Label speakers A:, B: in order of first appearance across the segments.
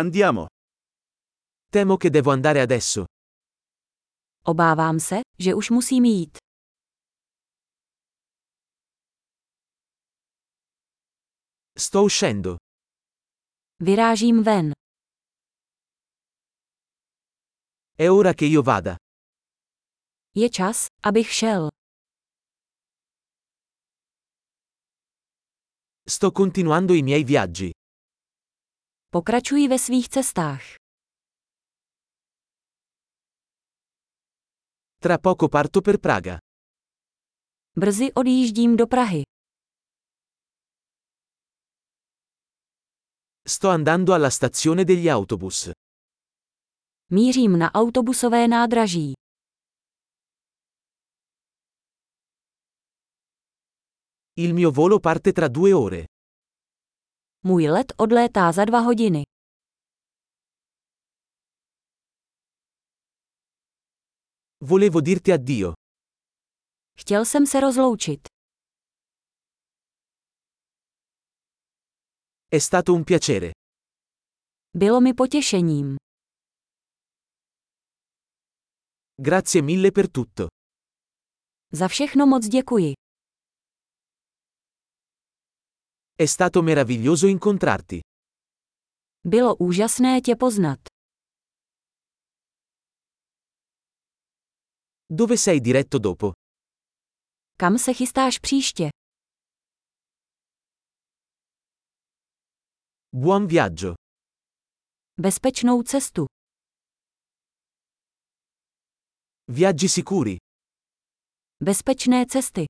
A: Andiamo. Temo che devo andare adesso.
B: Obávám se, že už musím jít.
A: Sto uscendo.
B: Vyrážím ven.
A: È ora che io vada.
B: Je čas, abych šel.
A: Sto continuando i miei viaggi.
B: Pokračuji ve svých cestách.
A: Tra poco parto per Praga.
B: Brzy odjíždím do Prahy.
A: Sto andando alla stazione degli autobus.
B: Mířím na autobusové nádraží.
A: Il mio volo parte tra due ore.
B: Můj let odlétá za dva hodiny.
A: Volevo dirti addio.
B: Chtěl jsem se rozloučit.
A: È stato un piacere.
B: Bylo mi potěšením.
A: Grazie mille per tutto.
B: Za všechno moc děkuji.
A: È stato meraviglioso incontrarti.
B: Bylo úžasné tě poznat.
A: Dove sei diretto dopo?
B: Kam se chystáš příště?
A: Buon viaggio.
B: Bezpečnou cestu.
A: Viaggi sicuri.
B: Bezpečné cesty.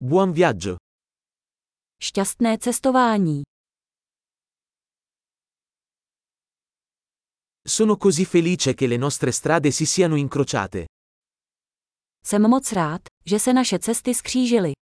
A: Buon viaggio.
B: Šťastné cestování.
A: Sono così felice che le nostre strade si siano incrociate.
B: Jsem moc rád, že se naše cesty skřížily.